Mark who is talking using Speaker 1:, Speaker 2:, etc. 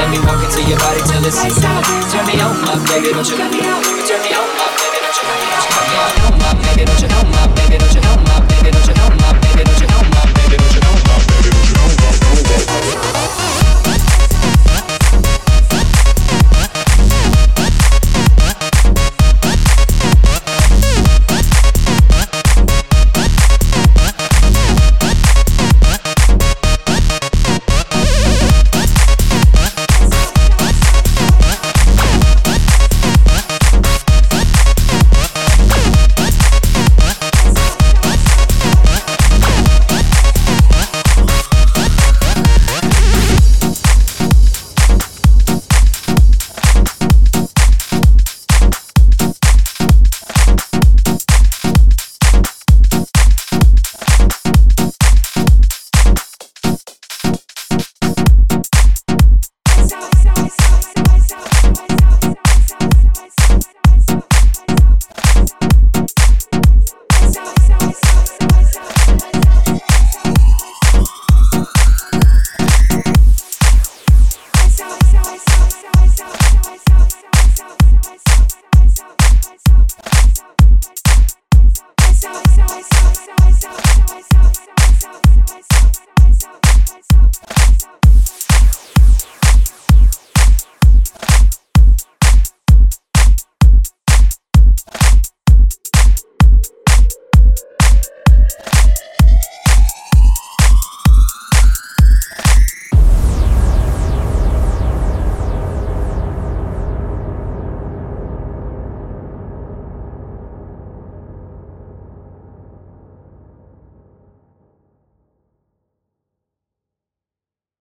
Speaker 1: baby, don't you know my baby, don't you